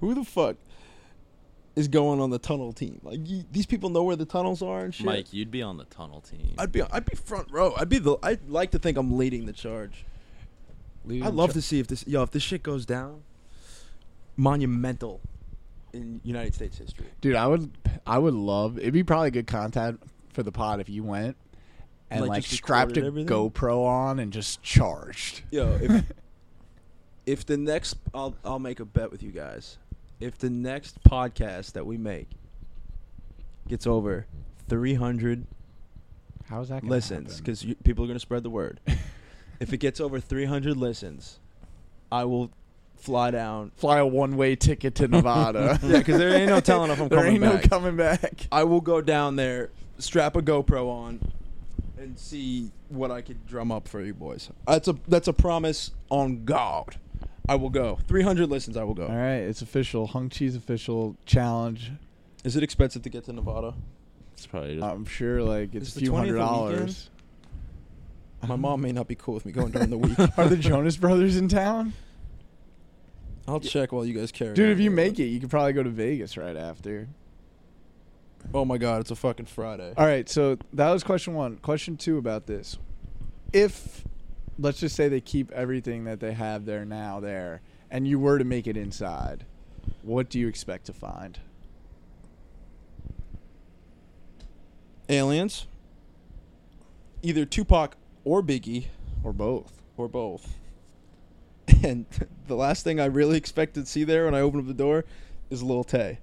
who the fuck is going on the Tunnel Team? Like you, these people know where the tunnels are and shit. Mike, you'd be on the tunnel team. I'd be I'd be front row. I'd be the I'd like to think I'm leading the charge. I'd love to see if this yo if this shit goes down, monumental in United States history. Dude, I would. I would love. It'd be probably good content for the pod if you went and Like, like, just strapped a recorded everything? GoPro on and just charged. Yo, if if the next I'll I'll make a bet with you guys. If the next podcast that we make gets over 300 How's that? listens cuz people are going to spread the word. if it gets over 300 listens, I will fly down. fly a one-way ticket to Nevada. Yeah, 'cause there ain't no telling if I'm There coming ain't back. no coming back. I will go down there, strap a GoPro on and see what I could drum up for you boys. That's a that's a promise on God. I will go. 300 listens I will go. All right, it's official. Hung Cheese official challenge. Is it expensive to get to Nevada? It's probably just, I'm sure like it's Is a the few 20th hundred a weekend? dollars. My mom may not be cool with me going during the week. Um, Are the Jonas Brothers in town? I'll check while you guys carry. Dude, on if you here, make but- it, you could probably go to Vegas right after. Oh my god, it's a fucking Friday. All right, so that was question one. Question two about this: If let's just say they keep everything that they have there now there, and you were to make it inside, what do you expect to find? Aliens. Either Tupac or Biggie Or both? or both. And the last thing I really expected to see there when I opened up the door is Lil Tay.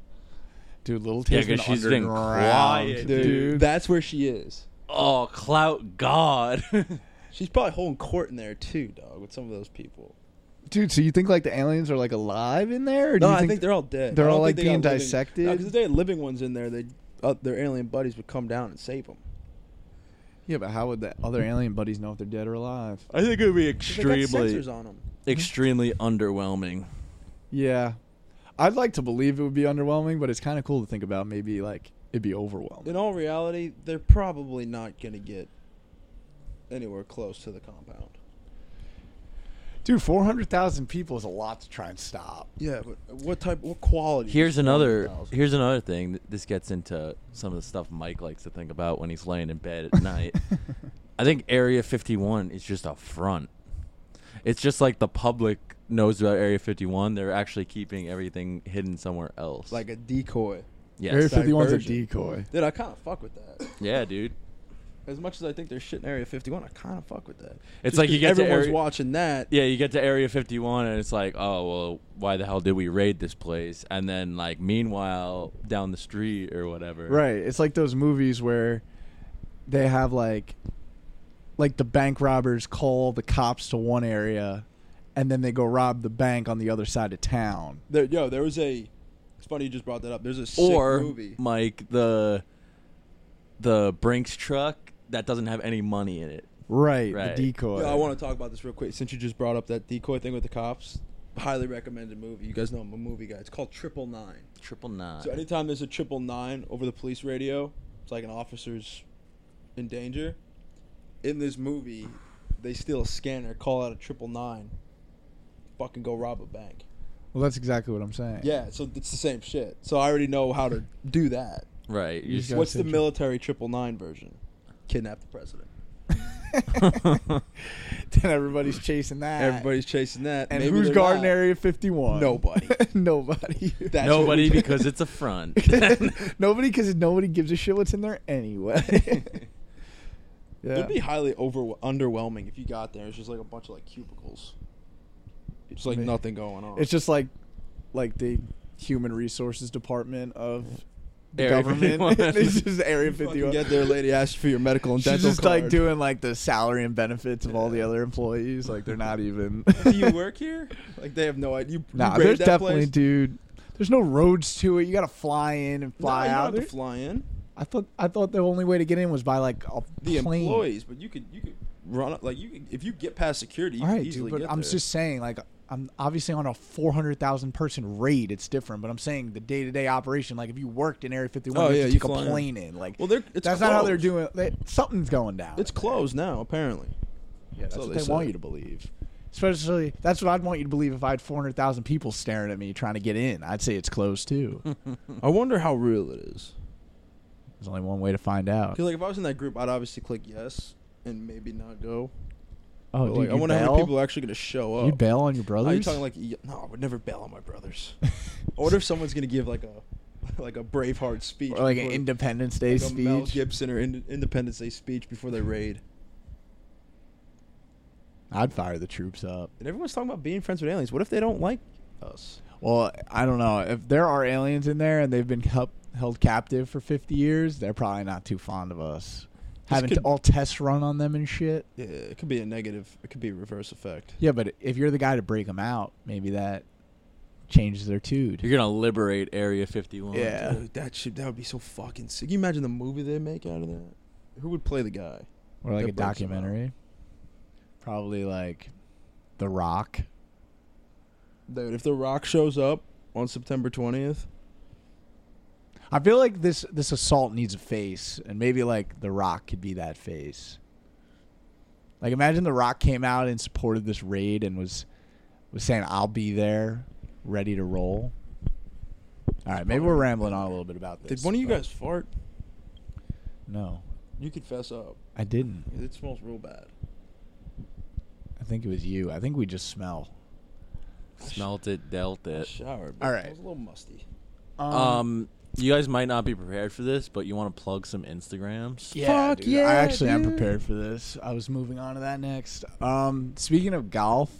Dude, little Yeah, Tay's 'cause she's been underground, quiet, Dude, dude. that's where she is. oh, clout god. She's probably holding court in there too, dog, with some of those people. Dude, so you think like the aliens are like alive in there? Or do No, you I think, they're all dead. they're I all, don't think like, they being got living- dissected? No, 'cause if they had living ones in there, they uh, their alien buddies would come down and save them. yeah, but how would the other alien buddies know if they're dead or alive? I think it would be They got extremely, sensors on them. extremely underwhelming. Yeah, I'd like to believe it would be underwhelming, but it's kind of cool to think about. Maybe like it'd be overwhelming. In all reality, they're probably not gonna get anywhere close to the compound. Dude, four hundred thousand people is a lot to try and stop. Yeah, but what type? What quality? Here's is another. 400,000? Here's another thing. th- This gets into some of the stuff Mike likes to think about when he's laying in bed at night. I think Area 51 is just a front. It's just like the public knows about Area 51. They're actually keeping everything hidden somewhere else. like a Area decoy. yes. Very- 51's a diversion. decoy. Dude, I kind of fuck with that. yeah, dude. As much as I think they're shit in Area 51, I kind of fuck with that. It's Just like you 'cause get to everyone's Area- watching that. Yeah, you get to Area 51 and it's like, oh well, why the hell did we raid this place? And then like, meanwhile, down the street or whatever. Right. It's like those movies where they have like like the bank robbers call the cops to one area and then they go rob the bank on the other side of town. There, yo, there was a. It's funny you just brought that up. There's a sick or movie. Mike the the Brinks truck that doesn't have any money in it. Right. Right. The decoy. Yo, I want to talk about this real quick since you just brought up that decoy thing with the cops. Highly recommended movie. You guys know I'm a movie guy. It's called Triple Nine. Triple nine. So anytime there's a triple nine over the police radio, it's like an officer's in danger. In this movie, they steal a scanner, call out a triple nine, fucking go rob a bank. well, that's exactly what I'm saying. Yeah, so it's the same shit. So I already know how to do that. right. You You just just- What's the same shit. military triple nine version? Kidnap the president. then everybody's chasing that. Everybody's chasing that. and Maybe who's they're guarding not. Area 51? Nobody. nobody. That's what Nobody we do. because it's a front. nobody because nobody gives a shit what's in there anyway. yeah. It'd be highly over underwhelming if you got there. It's just like a bunch of like cubicles. It's like Man. nothing going on. It's just like like the human resources department of the Area government. 51. it's just Area Fucking 51. Get there, lady. Ask for your medical and She's dental just card. like doing like the salary and benefits of all the other employees. Like they're not even. Do you work here? Like they have no idea. You, you nah, raid there's that definitely place? dude. There's no roads to it. You got to fly in and fly no, out. you don't have There's- to fly in. I thought I thought the only way to get in was by like a The plane. employees, but you could you could run up like you could, if you get past security, you All could right, dude, easily but get I'm there. just saying, like, I'm obviously on a 400,000 person raid. It's different, but I'm saying the day to day operation. Like, if you worked in Area 51, Oh, you yeah, have to you take a fly in. plane in. Like, Well, they're- it's that's not how they're closed. doing. They, something's going down. It's closed now, apparently. Yeah, that's so what they they, want said. you to believe. Especially, that's what I'd want you to believe if I had 400,000 people staring at me trying to get in. I'd say it's closed too. I wonder how real it is. There's only one way to find out. Because like if I was in that group, I'd obviously click yes and maybe not go. Oh, But, dude, like, I you wonder how many bail? people are actually gonna show up. You bail on your Are brothers? you talking like y- no? I would never bail on my brothers. I wonder if someone's gonna give like a like a Braveheart speech or like an before- Independence Day like a Mel speech? Gibson or Ind- Independence Day speech before they raid. I'd fire the troops up. And everyone's talking about being friends with aliens. What if they don't like us? Well, I don't know. If there are aliens in there and they've been hel- held captive for 50 years, they're probably not too fond of us. Having could- all tests run on them and shit. Yeah, it could be a negative. It could be a reverse effect. Yeah, but if you're the guy to break them out, maybe that changes their tude. You're gonna liberate Area 51. Yeah. Dude, that should that would be so fucking sick. Can you imagine the movie they make out of that? Who would play the guy? Or like That a breaks 'em out. documentary. Probably like The Rock. Dude, if The Rock shows up on September 20th, I feel like this this assault needs a face, and maybe like The Rock could be that face. Like imagine The Rock came out and supported this raid and was was saying, "I'll be there, ready to roll." All right, maybe we're rambling on a little bit about this. did one of you but- guys fart? No, You could fess up. I didn't. It smells real bad. I think it was you. I think we just smell. Smelt it, dealt I it. showered. All All right. right. It was a little musty. Um, you guys might not be prepared for this, but you want to plug some Instagrams. Yeah, Fuck dude. yeah, I actually am dude. prepared for this. I was moving on to that next. Um, speaking of golf,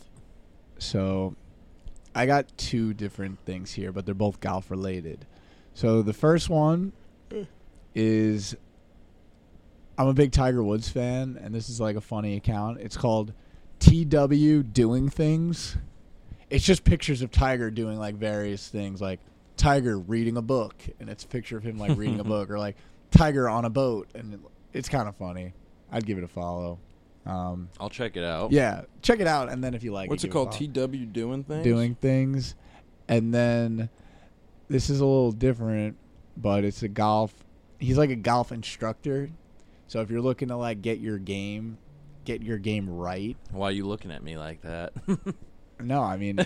so I got two different things here, but they're both golf related. So the first one is I'm a big Tiger Woods fan, and this is like a funny account. It's called TW Doing Things. It's just pictures of Tiger doing like various things, like Tiger reading a book, and it's a picture of him like reading a book, or like Tiger on a boat, and it's kind of funny. I'd give it a follow. Um, I'll check it out. yeah, check it out, and then if you like, What's it give a called? follow TW doing things? doing things. And then this is a little different, but it's a golf. He's like a golf instructor. So if you're looking to like get your game, get your game right. Why are you looking at me like that? No, I mean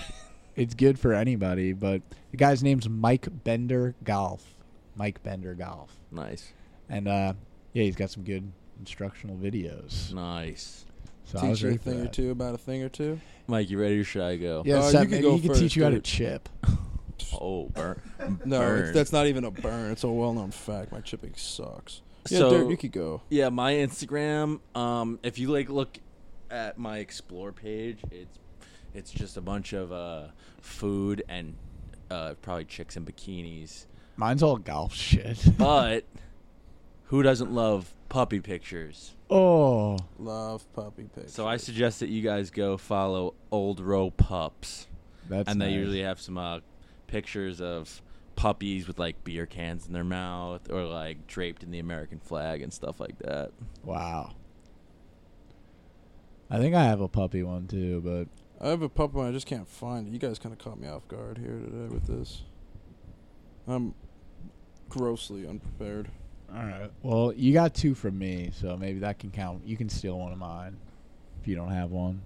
it's good for anybody, but the guy's name's Mike Bender Golf. Mike Bender Golf. nice, And uh yeah, he's got some good instructional videos. nice. So I Teach was you a ready for thing or that. two about a thing or two. Mike, you ready or should I go? Yeah, Uh, you Seth, could maybe go he could first, teach you how to dude. chip. Oh, burn. No, burn. it's, that's not even a burn. It's a well-known fact. My chipping sucks. Yeah, So- Derek, you could go. Yeah, my Instagram. Um, if you like look at my explore page, it's it's just a bunch of uh food and uh probably chicks in bikinis. Mine's all golf shit. Uh, But who doesn't love puppy pictures? oh. Love puppy pics. So I suggest that you guys go follow Old Row Pups, That's and they nice. usually have some uh, pictures of puppies with like beer cans in their mouth or like draped in the American flag and stuff like that. Wow. I think I have a puppy one too, but I have a puppy and I just can't find it. You guys kind of caught me off guard here today with this. I'm grossly unprepared. all right. Well, you got two from me, so maybe that can count. You can steal one of mine if you don't have one.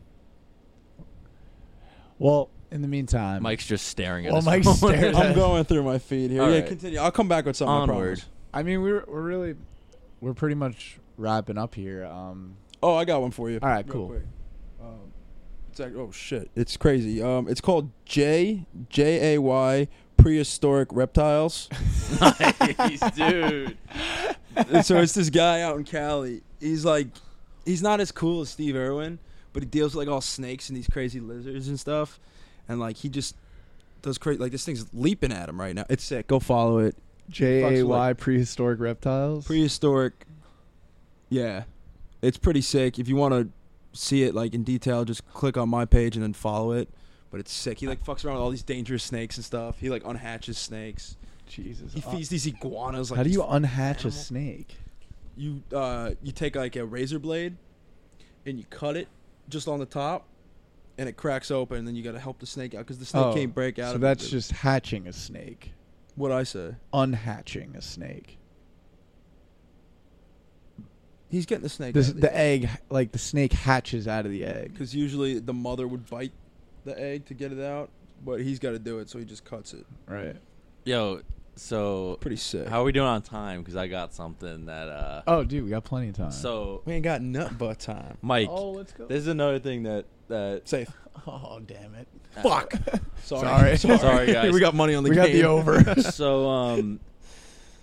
Well, in the meantime, Mike's just staring at Well, us. Oh, Mike's staring at I'm Yes. going through my feed here. All yeah, right. continue. I'll come back with something. I Onward. promise. I mean, we're we're really we're pretty much wrapping up here. Um, Oh, I got one for you. All right, Real cool. quick. Um, it's like, oh shit, it's crazy. Um, it's called J J A Y prehistoric reptiles. nice, dude. And so it's this guy out in Cali. He's like, he's not as cool as Steve Irwin, but he deals with like all snakes and these crazy lizards and stuff. And like he just does crazy. Like this thing's leaping at him right now. It's sick. Go follow it. J A Y like- prehistoric reptiles. Prehistoric. Yeah, it's pretty sick. If you want to see it like in detail, just click on my page and then follow it. But it's sick. He like fucks around with all these dangerous snakes and stuff. He like unhatches snakes. Jesus. uh, He feeds these iguanas. Like How do these you unhatch animal. a snake? you uh, you take like a razor blade and you cut it just on the top and it cracks open and then you got to help the snake out because the snake can't break out Oh, So of it. that's just hatching a snake. what i say Unhatching a snake. he's getting the snake This, the egg, like the snake hatches out of the egg. because usually the mother would bite the egg to get it out but he's got to do it so he just cuts it Right. Yo, so pretty sick how are we doing on time? Because I got something that. uh Oh, dude, we got plenty of time. So, we ain't got nut butt time Mike, Oh, let's go. this is another thing that that. safe Oh, damn it. fuck Sorry. sorry Sorry, guys. we got money on the We got game. the over. so um,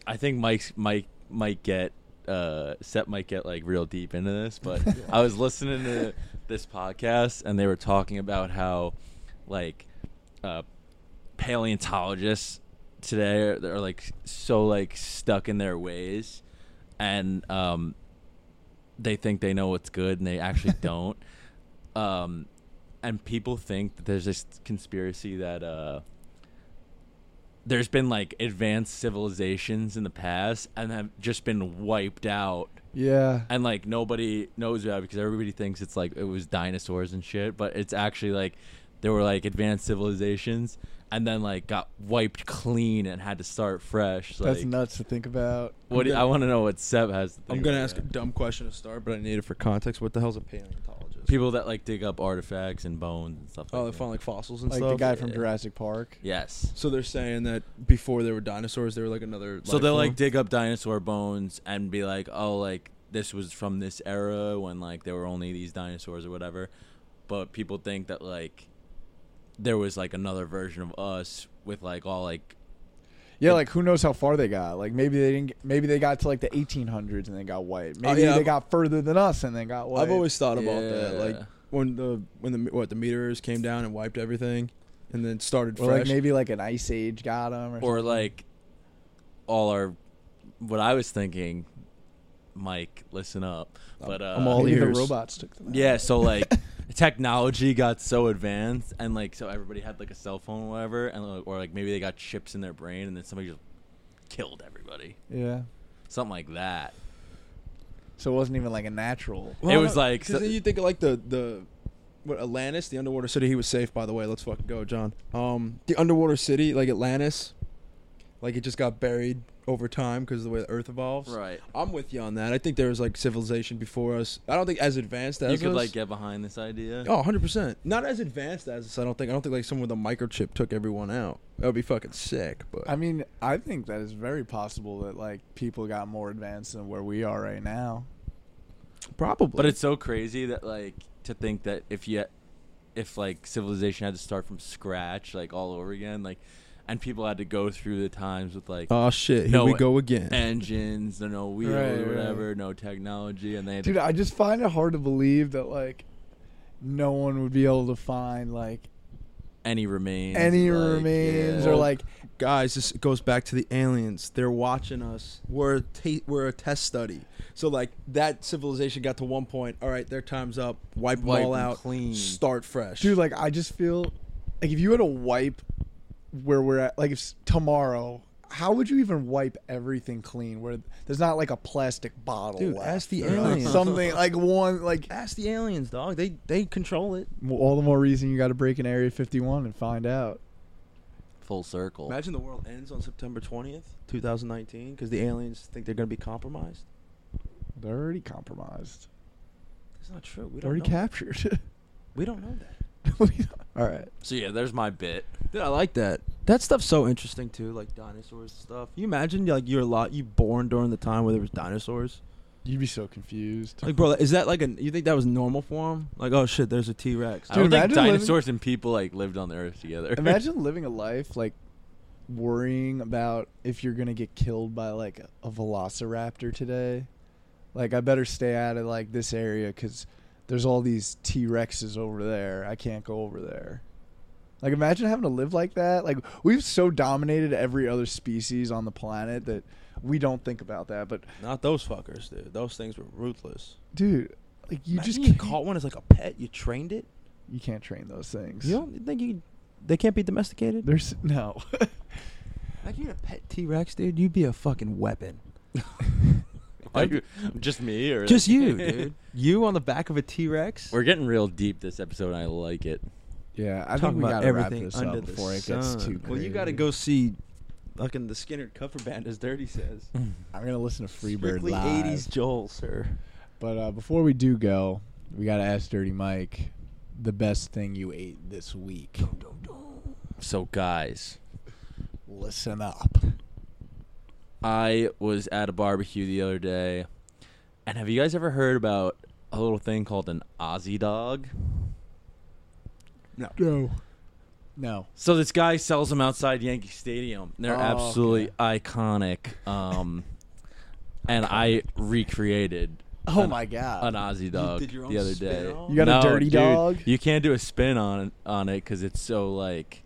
I think Mike's Mike might get uh Seth might get like real deep into this, but I was listening to this podcast and they were talking about how like uh paleontologists today are, are like so like stuck in their ways and um they think they know what's good and they actually don't um and people think that there's this conspiracy that uh there's been like advanced civilizations in the past and have just been wiped out yeah. and like nobody knows about it because everybody thinks it's like it was dinosaurs and shit but it's actually like there were like advanced civilizations and then like got wiped clean and had to start fresh like That's nuts to think about. what do you- i want to know what seb has to think i'm gonna about ask a that. dumb question to start but i need it for context what the hell's a paleontologist people that like dig up artifacts and bones and stuff oh they like that found like fossils and Like stuff the guy from yeah. Jurassic Park. yes So they're saying that before there were dinosaurs, there were like another. So life they'll form? like dig up dinosaur bones and be like, oh, like this was from this era when like there were only these dinosaurs or whatever. But people think that like there was like another version of us with like all like Yeah, like who knows how far they got? Like maybe they didn't. get- Maybe they got to like the 1800s and they got white. Maybe yeah, they I've- got further than us and they got white. I've always thought about that, like Yeah. when the when the what the meteors came down and wiped everything, and then started or fresh. like maybe like an ice age got them, or, or like all our what I was thinking. Mike, listen up. But uh, I'm all maybe the ears. robots took them. out. Yeah, so like technology got so advanced and like so everybody had like a cell phone or whatever and like, or like maybe they got chips in their brain and then somebody just killed everybody. yeah. Something like that. So it wasn't even like a natural. It was like- because then you think of like the the what Atlantis, the underwater city. He was safe, by the way. Let's fucking go, John. Um, the underwater city, like Atlantis, like it just got buried over time because of the way the Earth evolves. Right. I'm with you on that. I think there was like civilization before us. I don't think as advanced as you could us. like get behind this idea. Oh, 100%. Not as advanced as this, I don't think. I don't think like someone with a microchip took everyone out. That would be fucking sick, but I mean, I think that is very possible that like people got more advanced than where we are right now. probably. But it's so crazy that like to think that if you if like civilization had to start from scratch like all over again like and people had to go through the times with like Oh shit, here No, we go again. engines, no wheels Right, right. or whatever, no technology and they had Dude, to I just find it hard to believe that like no one would be able to find like any remains. any like, remains yeah. or like Guys, this goes back to the aliens. They're watching us. We're a ta- we're a test study. So like that civilization got to one point. All right, their time's up. Wipe, Wipe them all them out. clean. Start fresh. dude like i just feel like if you had to wipe where we're at like if s- tomorrow how would you even wipe everything clean where there's not like a plastic bottle Dude, left, ask the or, like, aliens. something like one like ask the aliens, dog. They they control it. m- all the more reason you got to break in area 51 and find out full circle. Imagine the world ends on September 20th, 2019 cuz the aliens think they're going to be compromised. they're already compromised That's not true. We don't already know. captured we don't know that. all right So yeah, there's my bit. Dude, I like that. That stuff's so interesting too, like dinosaurs and stuff. You imagine like you're a lot you born during the time where there was dinosaurs. you'd be so confused Like, bro, is that like an? You think that was normal for him? Like, oh shit, there's a T Rex. I Dude, don't think imagine living- dinosaurs and people like lived on the earth together. Imagine living a life like worrying about if you're gonna get killed by like a, a velociraptor today. Like I better stay out of like this area because there's all these T Rexes over there. I can't go over there. Like imagine having to live like that. Like we've so dominated every other species on the planet that we don't think about that. But Not those fuckers, dude. Those things were ruthless. dude, like you Imagine just you can't- caught one as like a pet. You trained it. You can't train those things. You don't think you? They can't be domesticated. There's no. Like you had a pet T Rex, dude. You'd be a fucking weapon. Are you- just me or Just you, dude. You on the back of a T Rex. We're getting real deep this episode, and I like it. yeah, I think Talking we about gotta wrap everything this under up the before it gets sun. too. Crazy. Well, you got to go see fucking the Skinner cover band, as Dirty says. I'm gonna listen to Freebird Strictly live. 80s Joel, sir. But uh, before we do go, we gotta ask Dirty Mike the best thing you ate this week. So, guys, Listen up. I was at a barbecue the other day, and have you guys ever heard about a little thing called an Aussie dog? No. No. No. So this guy sells them outside Yankee Stadium. They're Oh, absolutely okay. iconic. Um, and I recreated Oh an- my god. an Aussie dog did your own the other spin day. on? You got a dirty dude, dog? You can't do a spin on on it because it's so like,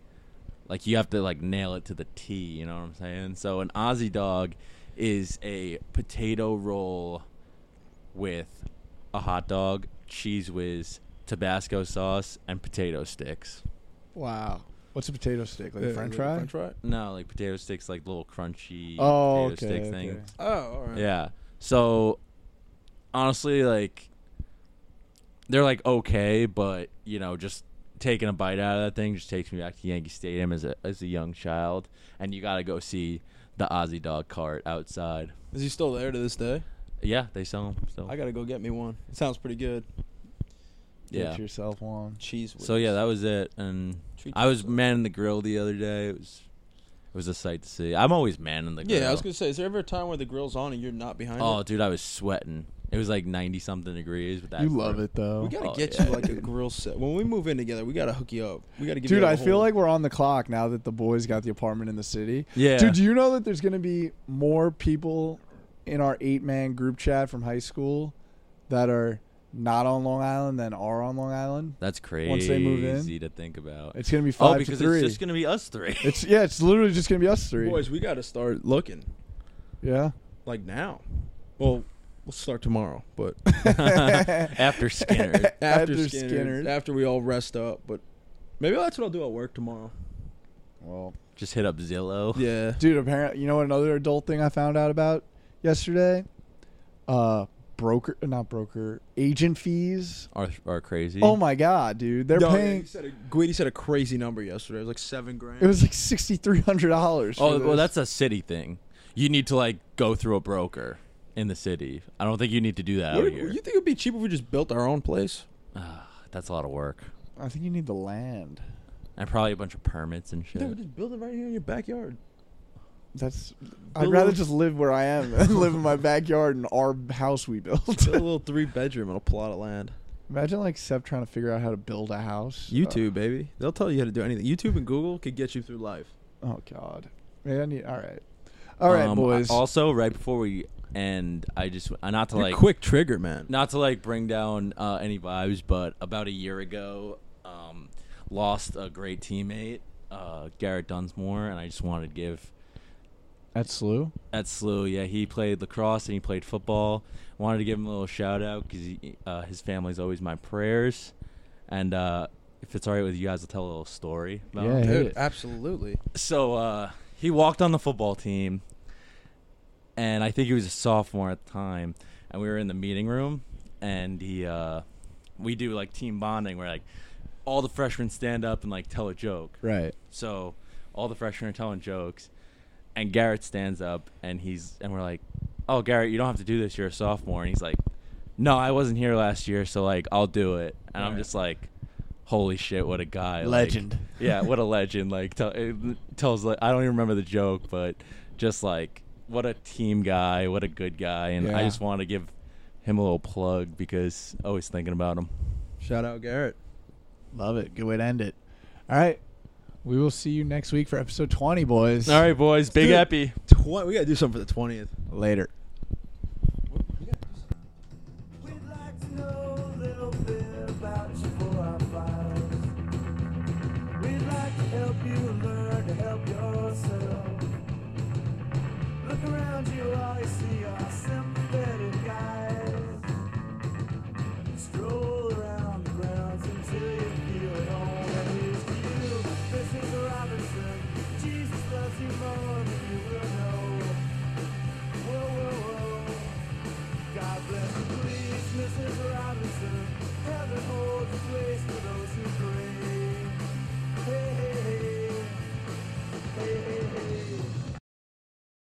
like you have to like nail it to the T. You know what I'm saying? So an Aussie dog is a potato roll with a hot dog, cheese whiz, Tabasco sauce, and potato sticks. Wow. What's a potato stick? Like a French fry? Uh, French fry? No, like potato sticks, like little crunchy Oh, potato okay, stick okay. things. Oh, all right. Yeah. So honestly, like they're like okay, but you know, just taking a bite out of that thing just takes me back to Yankee Stadium as a as a young child, and you gotta go see the Aussie dog cart outside. Is he still there to this day? Yeah, they sell them. So I got to go get me one. It sounds pretty good. yeah. Get yourself one. Cheese whiz. So yeah, that was it, and Treat I was yourself. manning the grill the other day. It was it was a sight to see. I'm always manning the grill. Yeah, I was going to say, is there ever a time where the grill's on and you're not behind Oh, it? dude, I was sweating. It was like ninety something degrees. But that You love it though. We got to oh, get yeah, you like a dude. grill set. When we move in together, we got to hook you up. We got to give Dude, you a I feel whole- like we're on the clock now that the boys got the apartment in the city. Yeah. Dude, do you know that there's going to be more people in our eight man group chat from high school that are not on Long Island than are on Long Island? That's crazy Once they move in. to think about. It's going to be oh, five to because three. it's just gonna be us three. It's- yeah, it's literally just going to be us three. Boys, we got to start looking Yeah. like now. Well, we'll start tomorrow, but After Skinner. after, After Skinner's, Skinner's. after we all rest up. But maybe that's what I'll do at work tomorrow. Well, just hit up Zillow. Yeah, dude, apparently, you know what another adult thing I found out about yesterday? Uh, broker, not broker, agent fees. Are are crazy. Oh my god, dude, they're No, paying. He said a, Guidi said a crazy number yesterday. It was like seven grand. It was like sixty three hundred dollars. Oh well, that's a city thing. You need to like go through a broker in the city. I don't think you need to do that What- out here. you think it'd be cheap if we just built our own place? Ah, that's a lot of work I think you need the land. and probably a bunch of permits and shit. Dude, we just build it right here in your backyard. That's. I'd Build rather a- just live where I am and live in my backyard in our house we built. Build a little three bedroom on a plot of land. Uh, Imagine like Seb trying to figure out how to build a house. Oh. YouTube, baby. They'll tell you how to do anything. YouTube and Google could get you through life. Uh, oh God. Man, I need. All right. All right, Um, boys. Also, right before we end, I just uh, not to You're like quick trigger, man. not to like bring down uh, any vibes, but about a year ago, um, lost a great teammate, uh, Garrett Dunsmore, and I just wanted to give At SLU. at SLU. Yeah, he played lacrosse and he played football. Wanted to give him a little shout out because uh, his family's always my prayers. And uh, if it's all right with you guys, I'll tell a little story. About him Yeah, hit Dude, it. absolutely. so uh, he walked on the football team, and I think he was a sophomore at the time. And we were in the meeting room, and he, uh, we do like team bonding where like all the freshmen stand up and like tell a joke. Right. So all the freshmen are telling jokes, and Garrett stands up and he's and we're like, "Oh, Garrett, you don't have to do this. You're a sophomore." And he's like, "No, I wasn't here last year, so like I'll do it." And I'm Right. just like, "Holy shit, what a guy! like- Legend. yeah, what a legend! Like tell, it tells like I don't even remember the joke, but just like what a team guy, what a good guy, and I Yeah. just want to give him a little plug because always thinking about him. Shout out Garrett. Love it. Good way to end it. All right. We will see you next week for episode 20, boys. All right, boys, big do it. happy. Tw- we gotta do something for the twentieth. Later. We'd like to know a little bit about you for our files. We'd like to help you learn to help yourself. Look around you, all you see are sympathetic guys. Stroll around the grounds until you feel. an old place for those who crave.